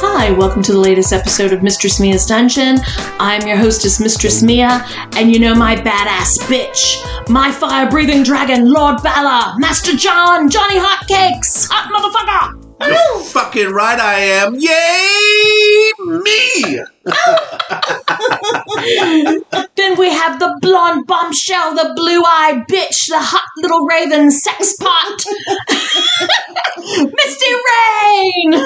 Hi, welcome to the latest episode of Mistress Mia's Dungeon. I'm your hostess, Mistress Mia, and you know my badass bitch, my fire breathing dragon, Lord Bala, Master John, Johnny Hotcakes, hot motherfucker! You're fucking right, I am. Yay, me! Then we have the blonde bombshell, the blue eyed bitch, the hot little raven sex pot, Misty Rain!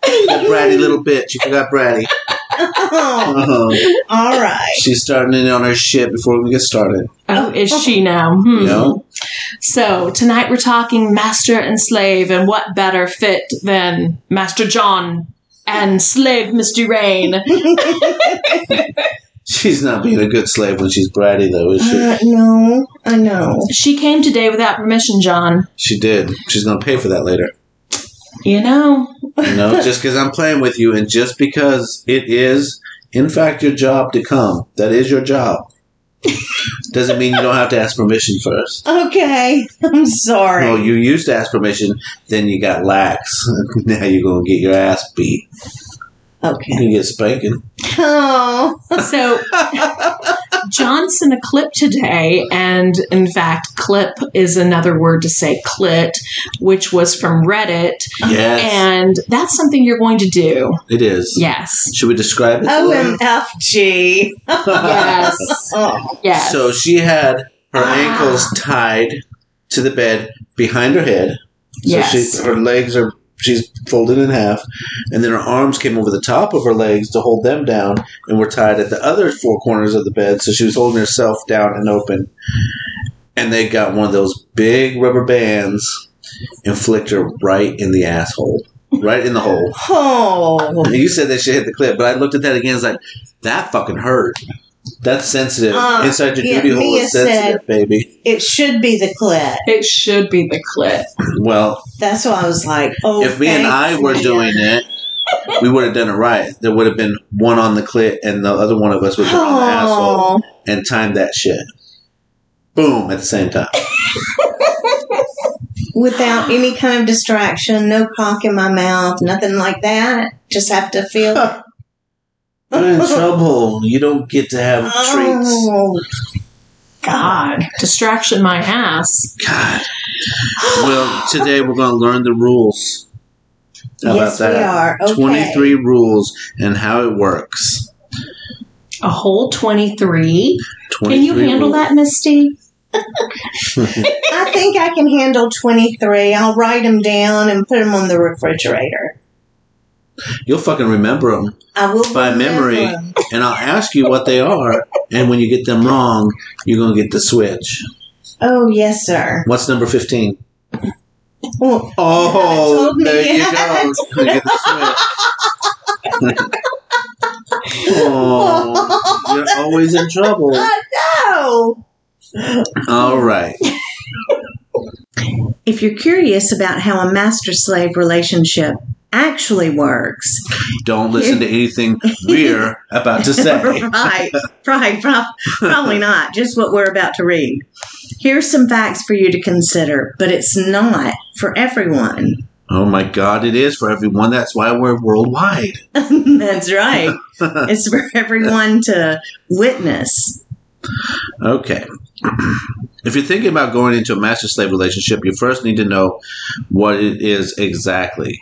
Bratty little bitch. You forgot Bratty. Oh, Uh-huh. all right. She's starting in on her shit before we get started. Oh, is she now? Hmm. You Mm-hmm. know? So, tonight we're talking master and slave, and what better fit than Master John and slave Misty Rain? She's not being a good slave when she's Bratty, though, is she? Uh, no, I know. she came today without permission, John. She did. She's gonna pay for that later. You know, You know, just because I'm playing with you and just because it is, in fact, your job to come, that is your job, doesn't mean you don't have to ask permission first. Okay, I'm sorry. Well, you used to ask permission, then you got lax. now you're gonna get your ass beat. okay. You get spanking. Oh, so John sent a clip today, and in fact, clip is another word to say clit, which was from Reddit, Yes, and that's something you're going to do. it is. Yes. Should we describe it? Oh, OMFG. Yes. Oh, Yes. So she had her Ah. ankles tied to the bed behind her head. So Yes. she, her legs are she's folded in half, and then her arms came over the top of her legs to hold them down, and were tied at the other four corners of the bed. So she was holding herself down and open. And they got one of those big rubber bands and flicked her right in the asshole, right in the hole. oh. You said that she hit the clip, but I looked at that again. It's like that fucking hurt. That's sensitive. Uh, Inside your yeah, duty hole Mia is sensitive, baby. it should be the clit. it should be the clit. Well, That's why I was like, oh, if me and I thanks, were Mia. doing it, we would have done it right. There would have been one on the clit, and the other one of us would have been on the asshole Oh, and timed that shit. Boom at the same time. without any kind of distraction, no cock in my mouth, nothing like that. Just have to feel. You're in trouble. You don't get to have treats. Oh, God, distraction my ass. God. Well, today we're going to learn the rules. How yes, about we that? are. Okay. 23 rules and how it works. A whole 23. Can 23 you handle that, Misty? I think I can handle 23. I'll write them down and put them on the refrigerator. You'll fucking remember them, I will By remember memory. 'em. and I'll ask you what they are. And when you get them wrong, you're gonna get the switch. Oh yes, sir. What's number fifteen? Well, Oh, told me there you that. go. You're gonna get the switch. oh, you're always in trouble. oh. All right. If you're curious about how a master-slave relationship actually works, Don't listen to anything we're about to say. right, right, prob- probably not. Just what we're about to read. Here's some facts for you to consider, but it's not for everyone. Oh my God, it is for everyone. That's why we're worldwide. That's right. It's for everyone to witness. Okay. If you're thinking about going into a master slave relationship, you first need to know what it is exactly.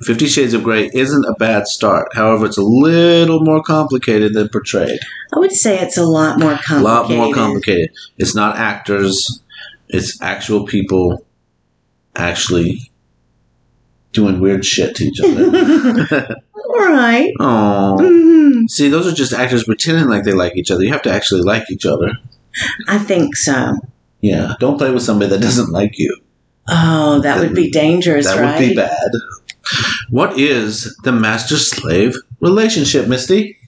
Fifty Shades of Grey isn't a bad start. However, it's a little more complicated than portrayed. I would say it's a lot more A complicated. lot more complicated. It's not actors, it's actual people actually doing weird shit to each other. All right. Aww. Mhm. See, those are just actors pretending like they like each other. You have to actually like each other. I think so. Yeah. Don't play with somebody that doesn't like you. Oh, that would be dangerous, That right? would be bad. What is the master slave relationship, Misty?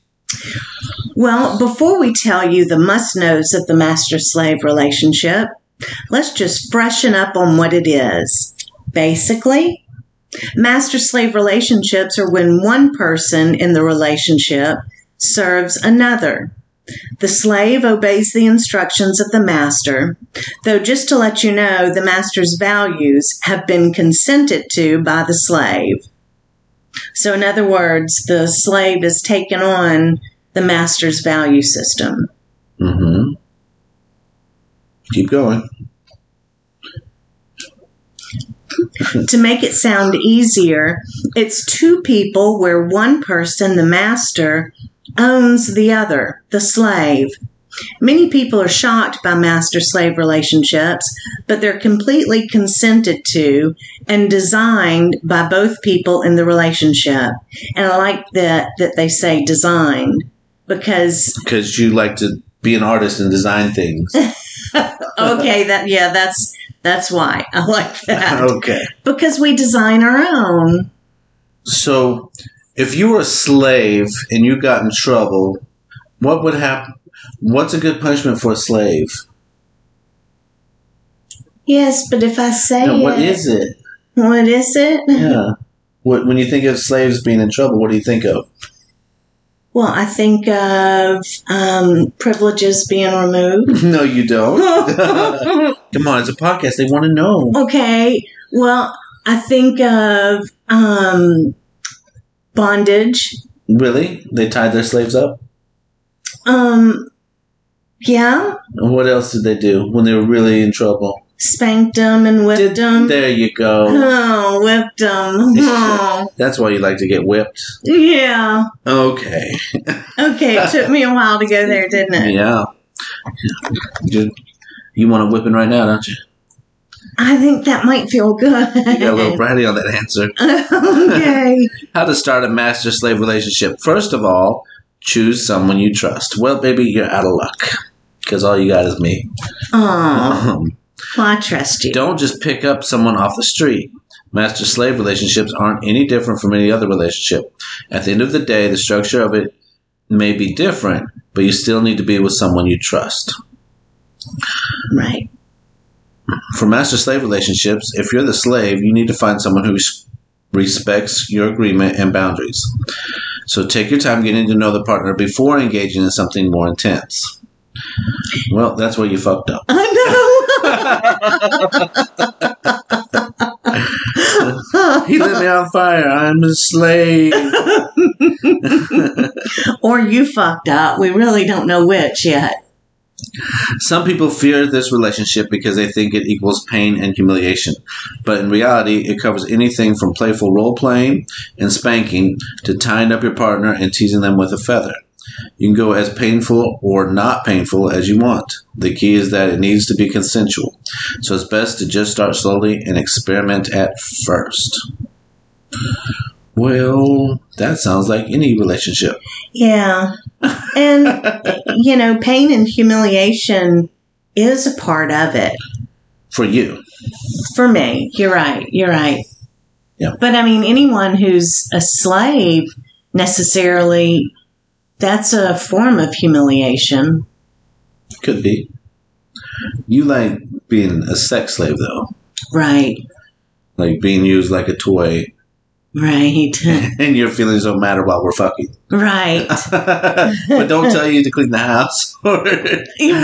Well, before we tell you the must knows of the master slave relationship, let's just freshen up on what it is. Basically, master slave relationships are when one person in the relationship serves another. The slave obeys the instructions of the master, though, just to let you know, the master's values have been consented to by the slave. So, in other words, the slave is taken on the master's value system. Mm-hmm. Keep going. to make it sound easier, it's two people where one person, the master, owns the other, the slave. Many people are shocked by master slave relationships, but they're completely consented to and designed by both people in the relationship. And I like that, that they say designed because Because you like to be an artist and design things. okay, that yeah, that's that's why I like that okay. because we design our own. So, if you were a slave and you got in trouble, what would happen? What's a good punishment for a slave? Yes, but if I say Now, what it, is it? what is it? Yeah. What, when you think of slaves being in trouble, what do you think of? Well, I think of um, privileges being removed. no, you don't. Come on, it's a podcast. They want to know. okay, well, I think of um, bondage. Really? They tied their slaves up? Um, yeah, And What else did they do when they were really in trouble? spanked them and whipped Did- them. There you go. Oh, whipped them. Oh, That's why you like to get whipped. yeah. Okay. Okay, it took me a while to go there, didn't it? Yeah. You, you want a whipping right now, don't you? I think that might feel good. You got a little bratty on that answer. okay. How to start a master slave relationship. First of all, choose someone you trust. Well, baby, you're out of luck because all you got is me. Oh, Um, well, I trust you. don't just pick up someone off the street. Master slave relationships aren't any different from any other relationship. At the end of the day, the structure of it may be different, but you still need to be with someone you trust. Right. For master slave relationships, if you're the slave, you need to find someone who res- respects your agreement and boundaries. So take your time getting to know the partner before engaging in something more intense. Well, that's where you fucked up. I know. He lit me on fire. I'm a slave. or you fucked up. We really don't know which yet. Some people fear this relationship because they think it equals pain and humiliation. But in reality, it covers anything from playful role playing and spanking to tying up your partner and teasing them with a feather. You can go as painful or not painful as you want. The key is that it needs to be consensual. So it's best to just start slowly and experiment at first. Well, that sounds like any relationship. Yeah. And, you know, pain and humiliation is a part of it. For you. For me, you're right. You're right. Yeah. But I mean, anyone who's a slave necessarily, that's a form of humiliation. Could be. You like being a sex slave, though. Right. like being used like a toy, Right. and your feelings don't matter while we're fucking. right. but don't tell you to clean the house. or-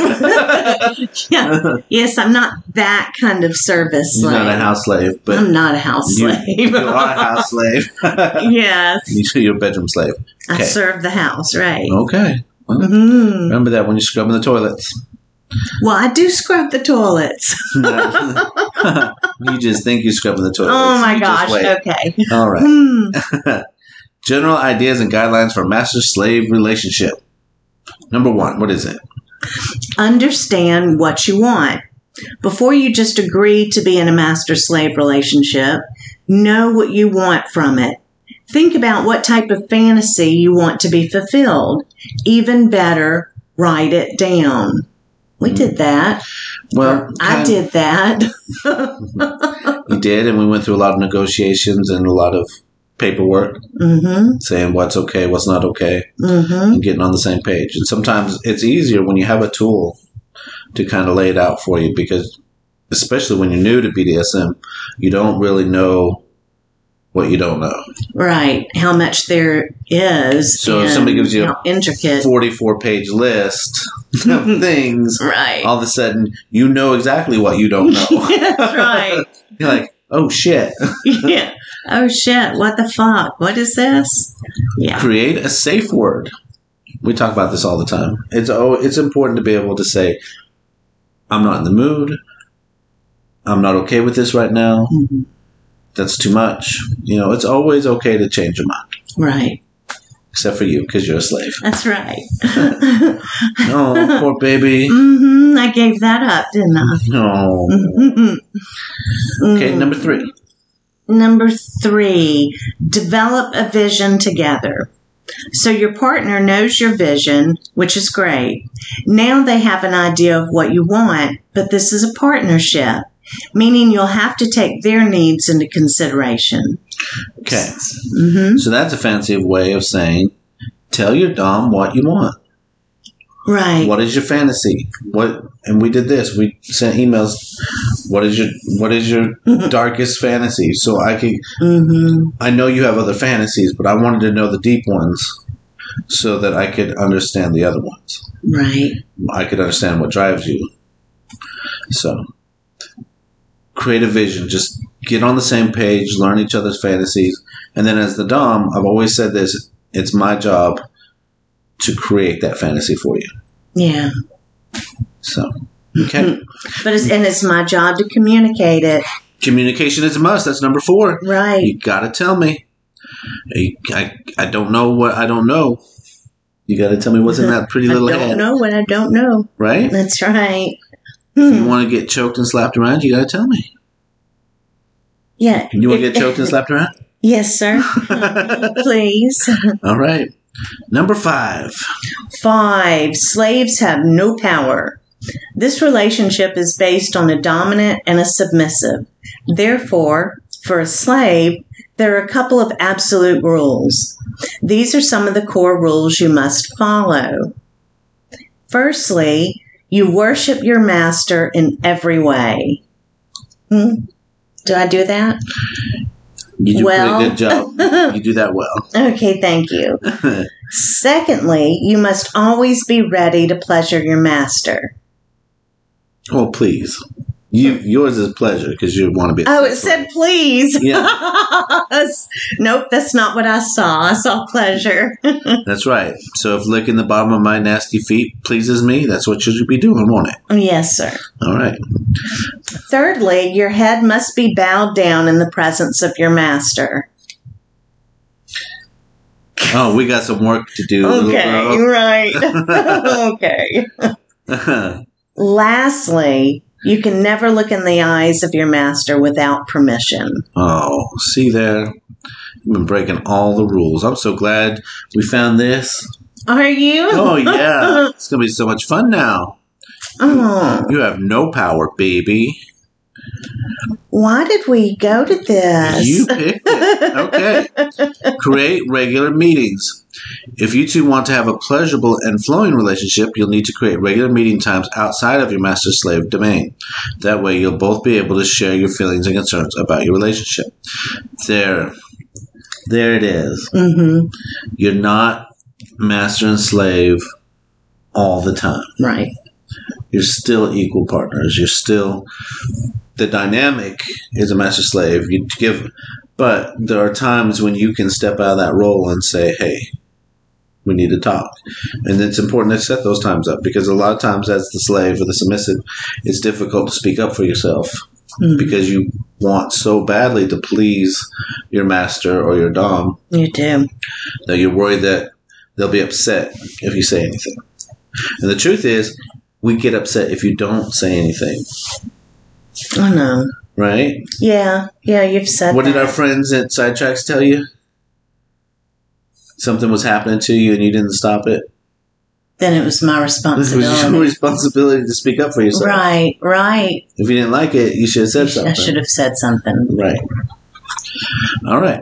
yeah. Yes, I'm not that kind of service You're slave. not a house slave, but I'm not a house you, slave. you are a house slave. yes. You're a bedroom slave. I Okay. serve the house, right. Okay. Mhm. Remember that when you're scrubbing the toilets. Well, I do scrub the toilets. you just think you're scrubbing the toilets. Oh my You just gosh. wait. Okay. All right. Hmm. General ideas and guidelines for master slave relationship. Number one, what is it? Understand what you want. Before you just agree to be in a master slave relationship, know what you want from it. Think about what type of fantasy you want to be fulfilled. Even better, write it down. We Mm. did that. Well, I kind- did that. You did, and we went through a lot of negotiations and a lot of paperwork Mm-hmm. saying what's okay, what's not okay, Mm-hmm. and getting on the same page. And sometimes it's easier when you have a tool to kind of lay it out for you because, especially when you're new to BDSM, you don't really know what you don't know. Right. How much there is. So if somebody and gives you a how intricate. 44 page list of things, Right. all of a sudden you know exactly what you don't know. That's right. You're like, oh shit. Yeah. Oh shit, what the fuck? What is this? Yeah. Create a safe word. We talk about this all the time. It's oh, it's important to be able to say, "I'm not in the mood. I'm not okay with this right now. Mhm. That's too much." You know, it's always okay to change your mind, Right. except for you because you're a slave. That's right. mm Oh, poor baby. hmm. I gave that up, didn't I? No. Mhm. Okay, Mm. number three. Number three, develop a vision together. So your partner knows your vision, which is great. Now they have an idea of what you want, but this is a partnership, meaning you'll have to take their needs into consideration. Okay, hmm so that's a fancy way of saying, tell your dom what you want. Right. What is your fantasy? What? And we did this. We sent emails. What is your What is your darkest fantasy? So I can. hmm I know you have other fantasies, but I wanted to know the deep ones, so that I could understand the other ones. Right. I could understand what drives you. So, create a vision. Just get on the same page, learn each other's fantasies, and then as the Dom, I've always said this it's my job to create that fantasy for you. Yeah. So, okay. But it's, and it's my job to communicate it. Communication is a must. That's number four. Right. You gotta tell me. I, I, I don't know what I don't know. You gotta tell me what's in that pretty I little don't head, know what I don't know. right? That's right. If you Hmm. want to get choked and slapped around, you gotta tell me. Yeah. You want to get choked and slapped around? Yes, sir. Please. All right. Number five. Five, slaves have no power. This relationship is based on a dominant and a submissive. Therefore, for a slave, there are a couple of absolute rules. These are some of the core rules you must follow. Firstly, you worship your master in every way. Hmm? Do I do that? You do a Well. pretty good job. you do that well. Okay, thank you. Secondly, you must always be ready to pleasure your master. oh, please. You yours is pleasure because you want to be. a Oh, it sexual. said please. Yeah. nope, that's not what I saw. I saw pleasure. That's right. So if licking the bottom of my nasty feet pleases me, that's what you should be doing, won't it? Oh, yes, sir. All right. Thirdly, your head must be bowed down in the presence of your master. Oh, we got some work to do. little Okay, girl. right. okay. Lastly, you can never look in the eyes of your master without permission. oh, see there. You've been breaking all the rules. I'm so glad we found this. Are you? Oh, yeah. It's going to be so much fun now. Oh, You have no power, baby. why did we go to this? You picked it. Okay. Create regular meetings. If you two want to have a pleasurable and flowing relationship, you'll need to create regular meeting times outside of your master slave domain. That way, you'll both be able to share your feelings and concerns about your relationship. There. There it is. hmm You're not master and slave all the time. Right. You're still equal partners. You're still the dynamic is a master slave. You give, but there are times when you can step out of that role and say, "Hey, we need to talk," and it's important to set those times up because a lot of times, as the slave or the submissive, it's difficult to speak up for yourself Mhm. because you want so badly to please your master or your dom You do. that you're worried that they'll be upset if you say anything. And the truth is, we get upset if you don't say anything, I know. right? Oh, Yeah. Yeah, you've said What that. did our friends at Sidetracks tell you? Something was happening to you and you didn't stop it. then it was my This was your responsibility. responsibility to speak up for yourself. Right, right. If you didn't like it, you should have said I something. should have said something. Right. All right.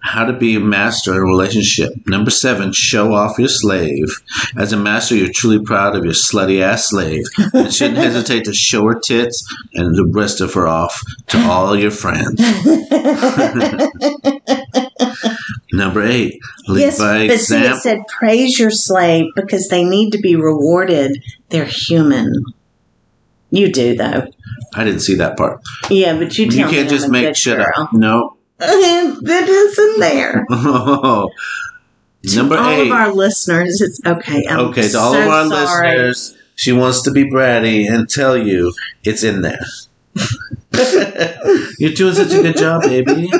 How to be a master in a relationship. Number seven, show off your slave. As a master, you're truly proud of your slutty ass slave and shouldn't hesitate to show her tits and the rest of her off to all your friends. Number eight, lead yes, by but see, it example. said praise your slave because they need to be rewarded. They're human. You do though. I didn't see that part. Yeah, but you You tell me can't I'm just a make good shit girl. up. No, that is in there. Number all eight. of our listeners, it's okay. I'm okay, to all so of our sorry. listeners, she wants to be bratty and tell you it's in there. You're doing such a good job, baby.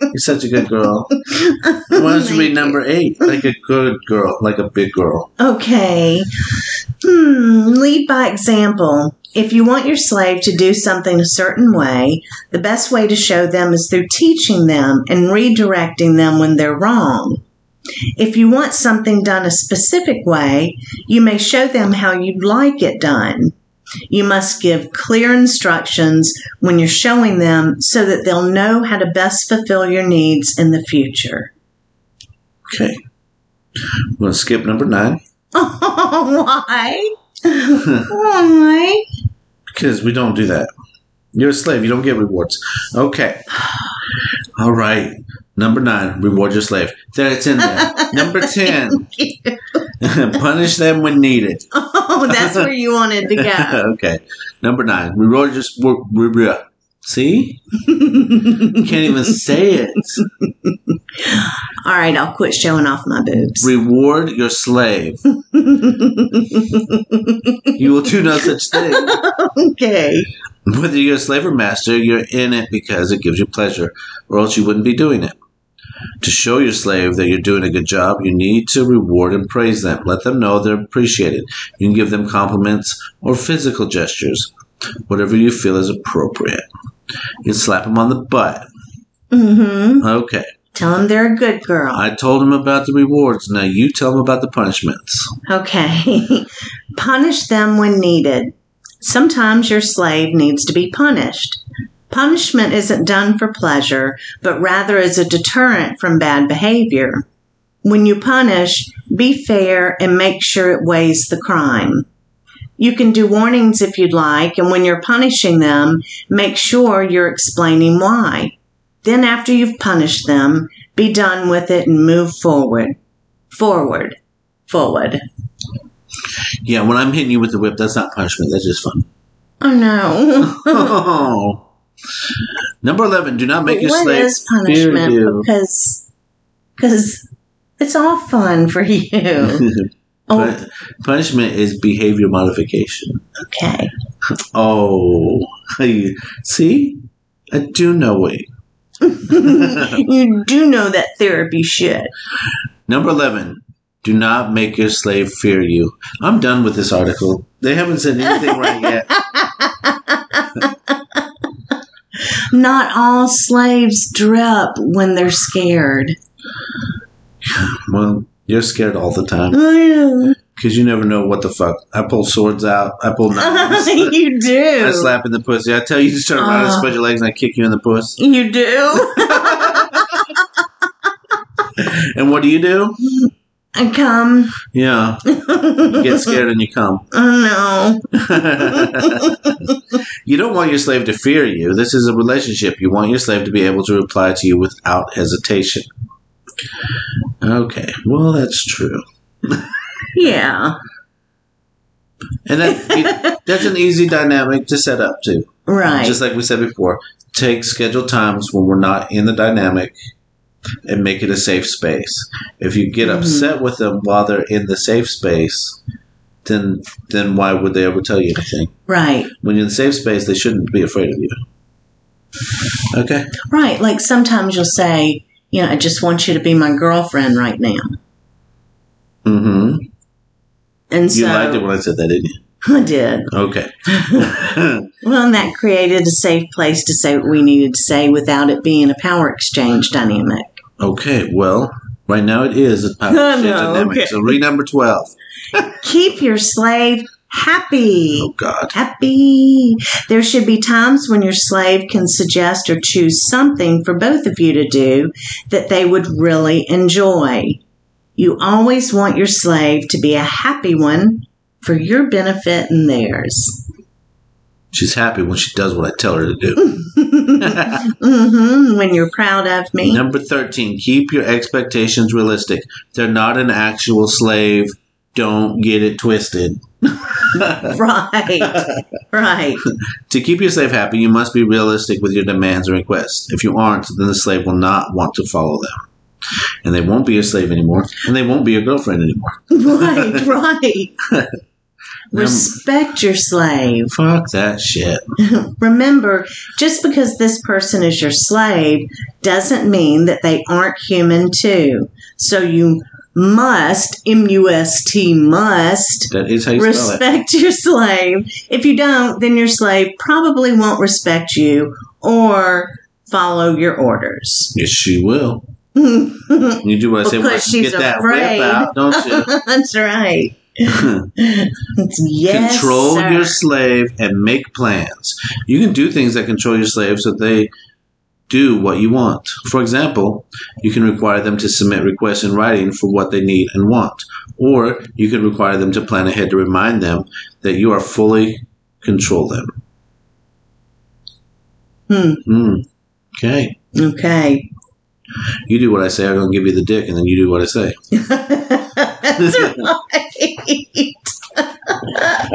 You're such a good girl. Why don't you Thank read number eight? Like a good girl, like a big girl. Okay. Hmm, lead by example. If you want your slave to do something a certain way, the best way to show them is through teaching them and redirecting them when they're wrong. If you want something done a specific way, you may show them how you'd like it done. You must give clear instructions when you're showing them so that they'll know how to best fulfill your needs in the future. Okay. We're going to skip number nine why? Why? because we don't do that. You're a slave, you don't get rewards. Okay. All right. Number nine, reward your slave. There, it's in there. Number 10, punish them when needed. Oh, that's where you wanted to go. okay. Number nine. We wrote just. We, we, we, see? Can't even say it. All right, I'll quit showing off my boobs. Reward your slave. you will do no such thing. Okay. Whether you're a slave or master, you're in it because it gives you pleasure, or else you wouldn't be doing it. To show your slave that you're doing a good job, you need to reward and praise them. Let them know they're appreciated. You can give them compliments or physical gestures, whatever you feel is appropriate. You can slap them on the butt. Mm-hmm. Okay. Tell them they're a good girl. I told him about the rewards. Now you tell him about the punishments. Okay. Punish them when needed. Sometimes your slave needs to be punished. Punishment isn't done for pleasure, but rather is a deterrent from bad behavior. When you punish, be fair and make sure it weighs the crime. You can do warnings if you'd like, and when you're punishing them, make sure you're explaining why. Then, after you've punished them, be done with it and move forward. Forward. Forward. Yeah, when I'm hitting you with the whip, that's not punishment. That's just fun. Oh no. Oh. Number 11. Do not What make is your slave punishment? fear you. Because because it's all fun for you. oh, But punishment is behavior modification. okay. Oh. See? I do know it. you do know that therapy shit. Number 11. Do not make your slave fear you. I'm done with this article. They haven't said anything right yet. Not all slaves drip when they're scared. Well, you're scared all the time. Because you never know what the fuck. I pull swords out. I pull knives. you I do. slap in the pussy. I tell you to turn around and Ah. spread your legs and I kick you in the puss. you do. And what do you do? I come. Yeah. You get scared and you come. Oh you don't want your slave to fear you. This is a relationship. You want your slave to be able to reply to you without hesitation. Okay. Well, that's true. no. Yeah. And that, that's an easy dynamic to set up, too. Right. Just like we said before, take scheduled times when we're not in the dynamic and make it a safe space. If you get Mhm. upset with them while they're in the safe space, then then why would they ever tell you anything? right. When you're in the safe space, they shouldn't be afraid of you. Okay. Right. Like sometimes you'll say, you know, I just want you to be my girlfriend right now. Mm-hmm. And you so liked it when I said that, didn't you? I did. Okay. Well, and that created a safe place to say what we needed to say without it being a power exchange dynamic. okay. Well, right now it is a power I exchange know, dynamic. okay. So read number twelve. Keep your slave happy. Oh God. Happy. There should be times when your slave can suggest or choose something for both of you to do that they would really enjoy. You always want your slave to be a happy one for your benefit and theirs. She's happy when she does what I tell her to do. hmm when you're proud of me. Number 13, keep your expectations realistic. They're not an actual slave Don't get it twisted. Right. right. To keep your slave happy, you must be realistic with your demands and requests. If you aren't, then the slave will not want to follow them. And they won't be your slave anymore, and they won't be your girlfriend anymore. Right. Now, Right. Respect your slave. fuck that shit. Remember, just because this person is your slave doesn't mean that they aren't human too. So you must, M U S T, must That is how you spell it. respect your slave. If you don't, then your slave probably won't respect you or follow your orders. Yes, she will. That's You do what I say. Because well, she's get that whip afraid. out, don't you? right. It's yes. control sir. your slave and make plans. You can do things that control your slave so they do what you want. For example, you can require them to submit requests in writing for what they need and want, or you can require them to plan ahead to remind them that you are fully control them. Hmm. Hmm. Okay. Okay. You do what I say, I'm going to give you the dick, and then you do what I say. That's right.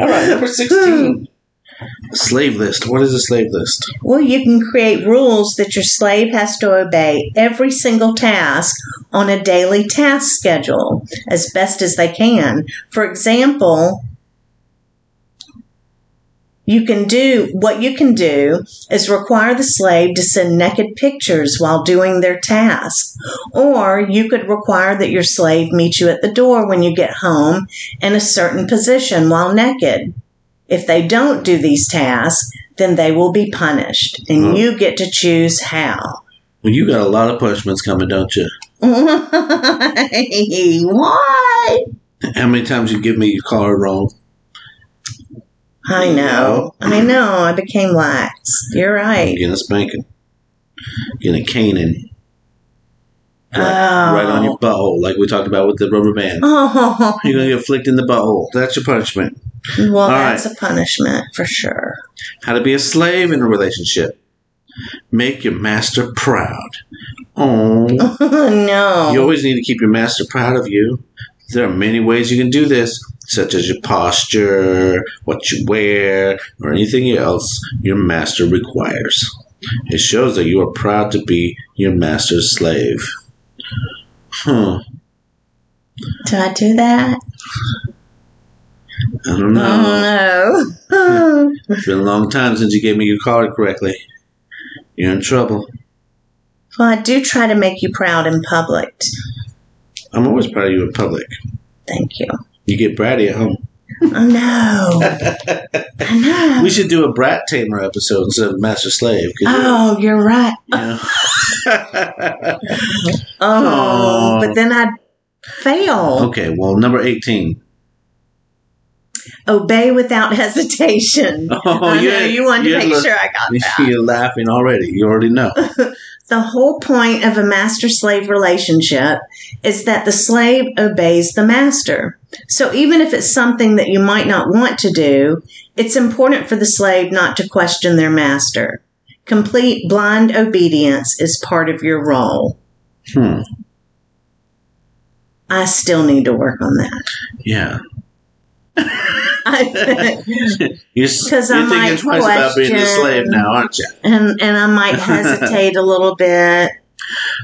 All right, number 16. slave list. What is a slave list? Well, you can create rules that your slave has to obey every single task on a daily task schedule as best as they can. For example, you can do what you can do is require the slave to send naked pictures while doing their task. Or you could require that your slave meet you at the door when you get home in a certain position while naked. If they don't do these tasks, then they will be punished, and Hmm. you get to choose how. Well, you got a lot of punishments coming, don't you? Mm-hmm. what? How many times you give me you call her wrong? I know. I know. I became lax. You're You're right. getting a spanking. You're getting a caning. Right, Oh. right on your butthole, like we talked about with the rubber band. Oh, You're gonna get flicked in the butthole. That's your punishment. well, All that's a punishment for sure. How to be a slave in a relationship. Make your master proud. Oh, you no. always need to keep your master proud of you. There are many ways you can do this, such as your posture, what you wear, or anything else your master requires. It shows that you are proud to be your master's slave. Hmm. Huh. Do I do that? I don't know. Oh, no. It's been a long time since you gave me your card correctly. You're in trouble. well, I do try to make you proud in public. I'm always proud of you in public. Thank you. You get bratty at home. I know. I know. We should do a brat tamer episode instead of master slave. 'cause you're- Oh, you're right. Yeah. Oh, Aw. but then I'd fail. okay, well, number 18. Obey without hesitation. Oh, I know, yeah, you wanted to yeah, make look. sure I got that. You're laughing already. You already know. The whole point of a master slave relationship is that the slave obeys the master. So even if it's something that you might not want to do, it's important for the slave not to question their master. Complete blind obedience is part of your role. Hmm. I still need to work on that. Yeah. I- You're, s- 'Cause I you're thinking might twice about being a question- slave now, aren't you? and and I might hesitate a little bit.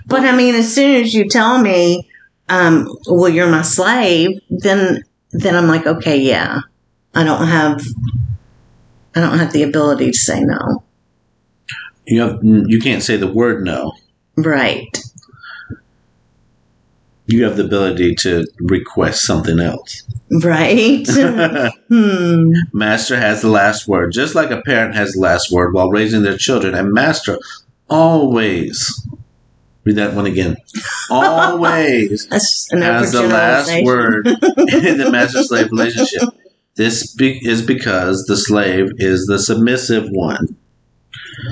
But I mean, as soon as you tell me, um, well, you're my slave, then then I'm like, okay, yeah, I don't have, I don't have the ability to say no, You, have, you can't say the word no. right? You have the ability to request something else. Right? hmm. master has the last word, just like a parent has the last word while raising their children. And master always, read that one again, always That's an has the last overgeneralization. word in the master slave relationship. This be- is because the slave is the submissive one.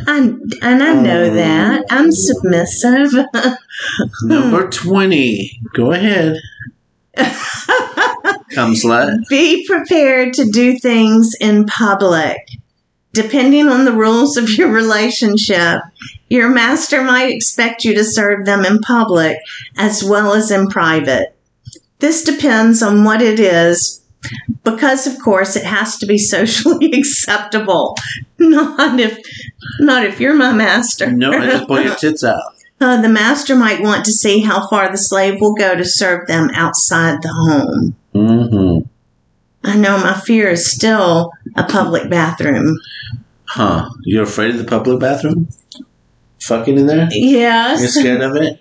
I, and I Oh. know that I'm submissive. Number 20. Go ahead. Come slut. Be prepared to do things in public. Depending on the rules of your relationship, your master might expect you to serve them in public as well as in private. This depends on what it is, because of course it has to be socially acceptable. Not if, not if you're my master. No, I just pull your tits out. Uh, the master might want to see how far the slave will go to serve them outside the home. Mm-hmm. I know my fear is still a public bathroom. Huh. You're afraid of the public bathroom? Fucking in there? You're Yes. scared of it?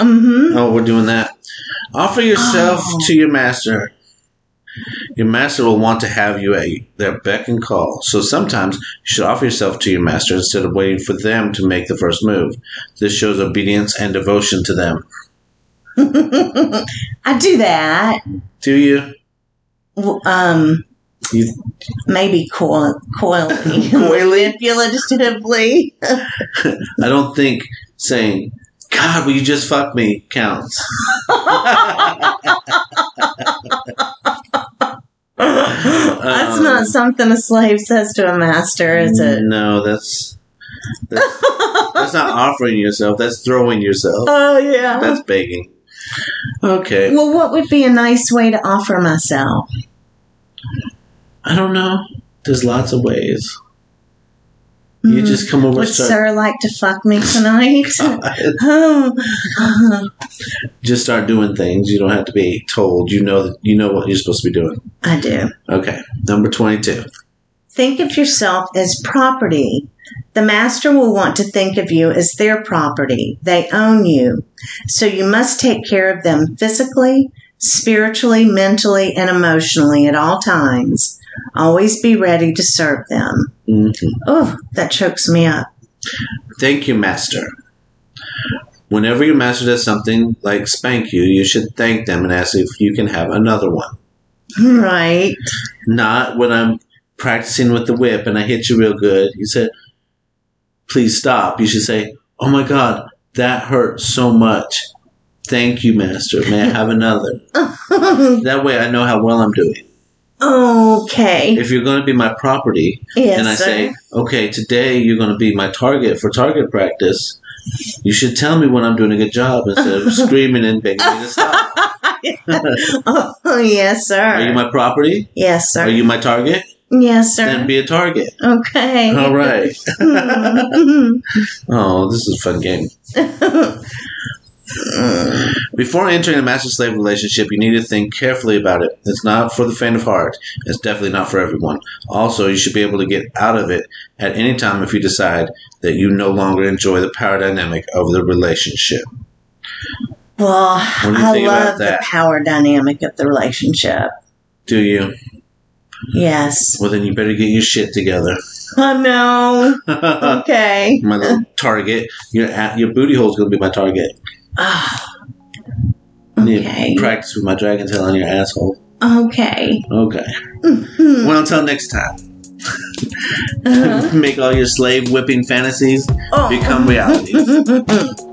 Mm-hmm. Oh, we're doing that. Offer yourself Oh. to your master. Your master will want to have you at their beck and call. So sometimes you should offer yourself to your master instead of waiting for them to make the first move. This shows obedience and devotion to them. I do that. Do you? W- Um, You- maybe coil, coily, Coily? manipulatively. I don't think saying, God, will you just fuck me counts. Um, That's not something a slave says to a master, is it? No, that's that's, that's not offering yourself. That's throwing yourself. Oh yeah. That's begging. Okay, well, what would be a nice way to offer myself? I don't know. There's lots of ways. You Mhm. just come over. would and start, sir like to fuck me tonight? oh, uh, just start doing things. You don't have to be told. You know that you know what you're supposed to be doing. I do. Okay, number twenty-two. Think of yourself as property. The master will want to think of you as their property. They own you. So you must take care of them physically, spiritually, mentally, and emotionally at all times. Always be ready to serve them. Mhm. Oh, that chokes me up. Thank you, master. Whenever your master does something like spank you, you should thank them and ask if you can have another one. Right. Not when I'm practicing with the whip and I hit you real good. You said, please stop. You should say, oh my God, that hurt so much. Thank you, master. May I have another? That way I know how well I'm doing. okay. If you're going to be my property, Yes. and I sir. say, okay, today you're going to be my target for target practice. You should tell me when I'm doing a good job instead of screaming and begging me to stop. oh, yes, sir. Are you my property? yes, sir. Are you my target? yes, sir. Then be a target. okay. All right. Mm. Oh, this is a fun game. Before entering a master slave relationship, you need to think carefully about it. It's not for the faint of heart. It's definitely not for everyone. Also, you should be able to get out of it at any time if you decide that you no longer enjoy the power dynamic of the relationship. well, do you I think about love the that? power dynamic of the relationship. Do you? Yes. Well, then you better get your shit together. I know. my Okay. little target. Your at, your booty hole's gonna be my target. Ah, I need to okay. practice with my dragon tail on your asshole. Okay. Mm-hmm. Okay. Well, until next time. Uh-huh. Make all your slave whipping fantasies Oh. become realities.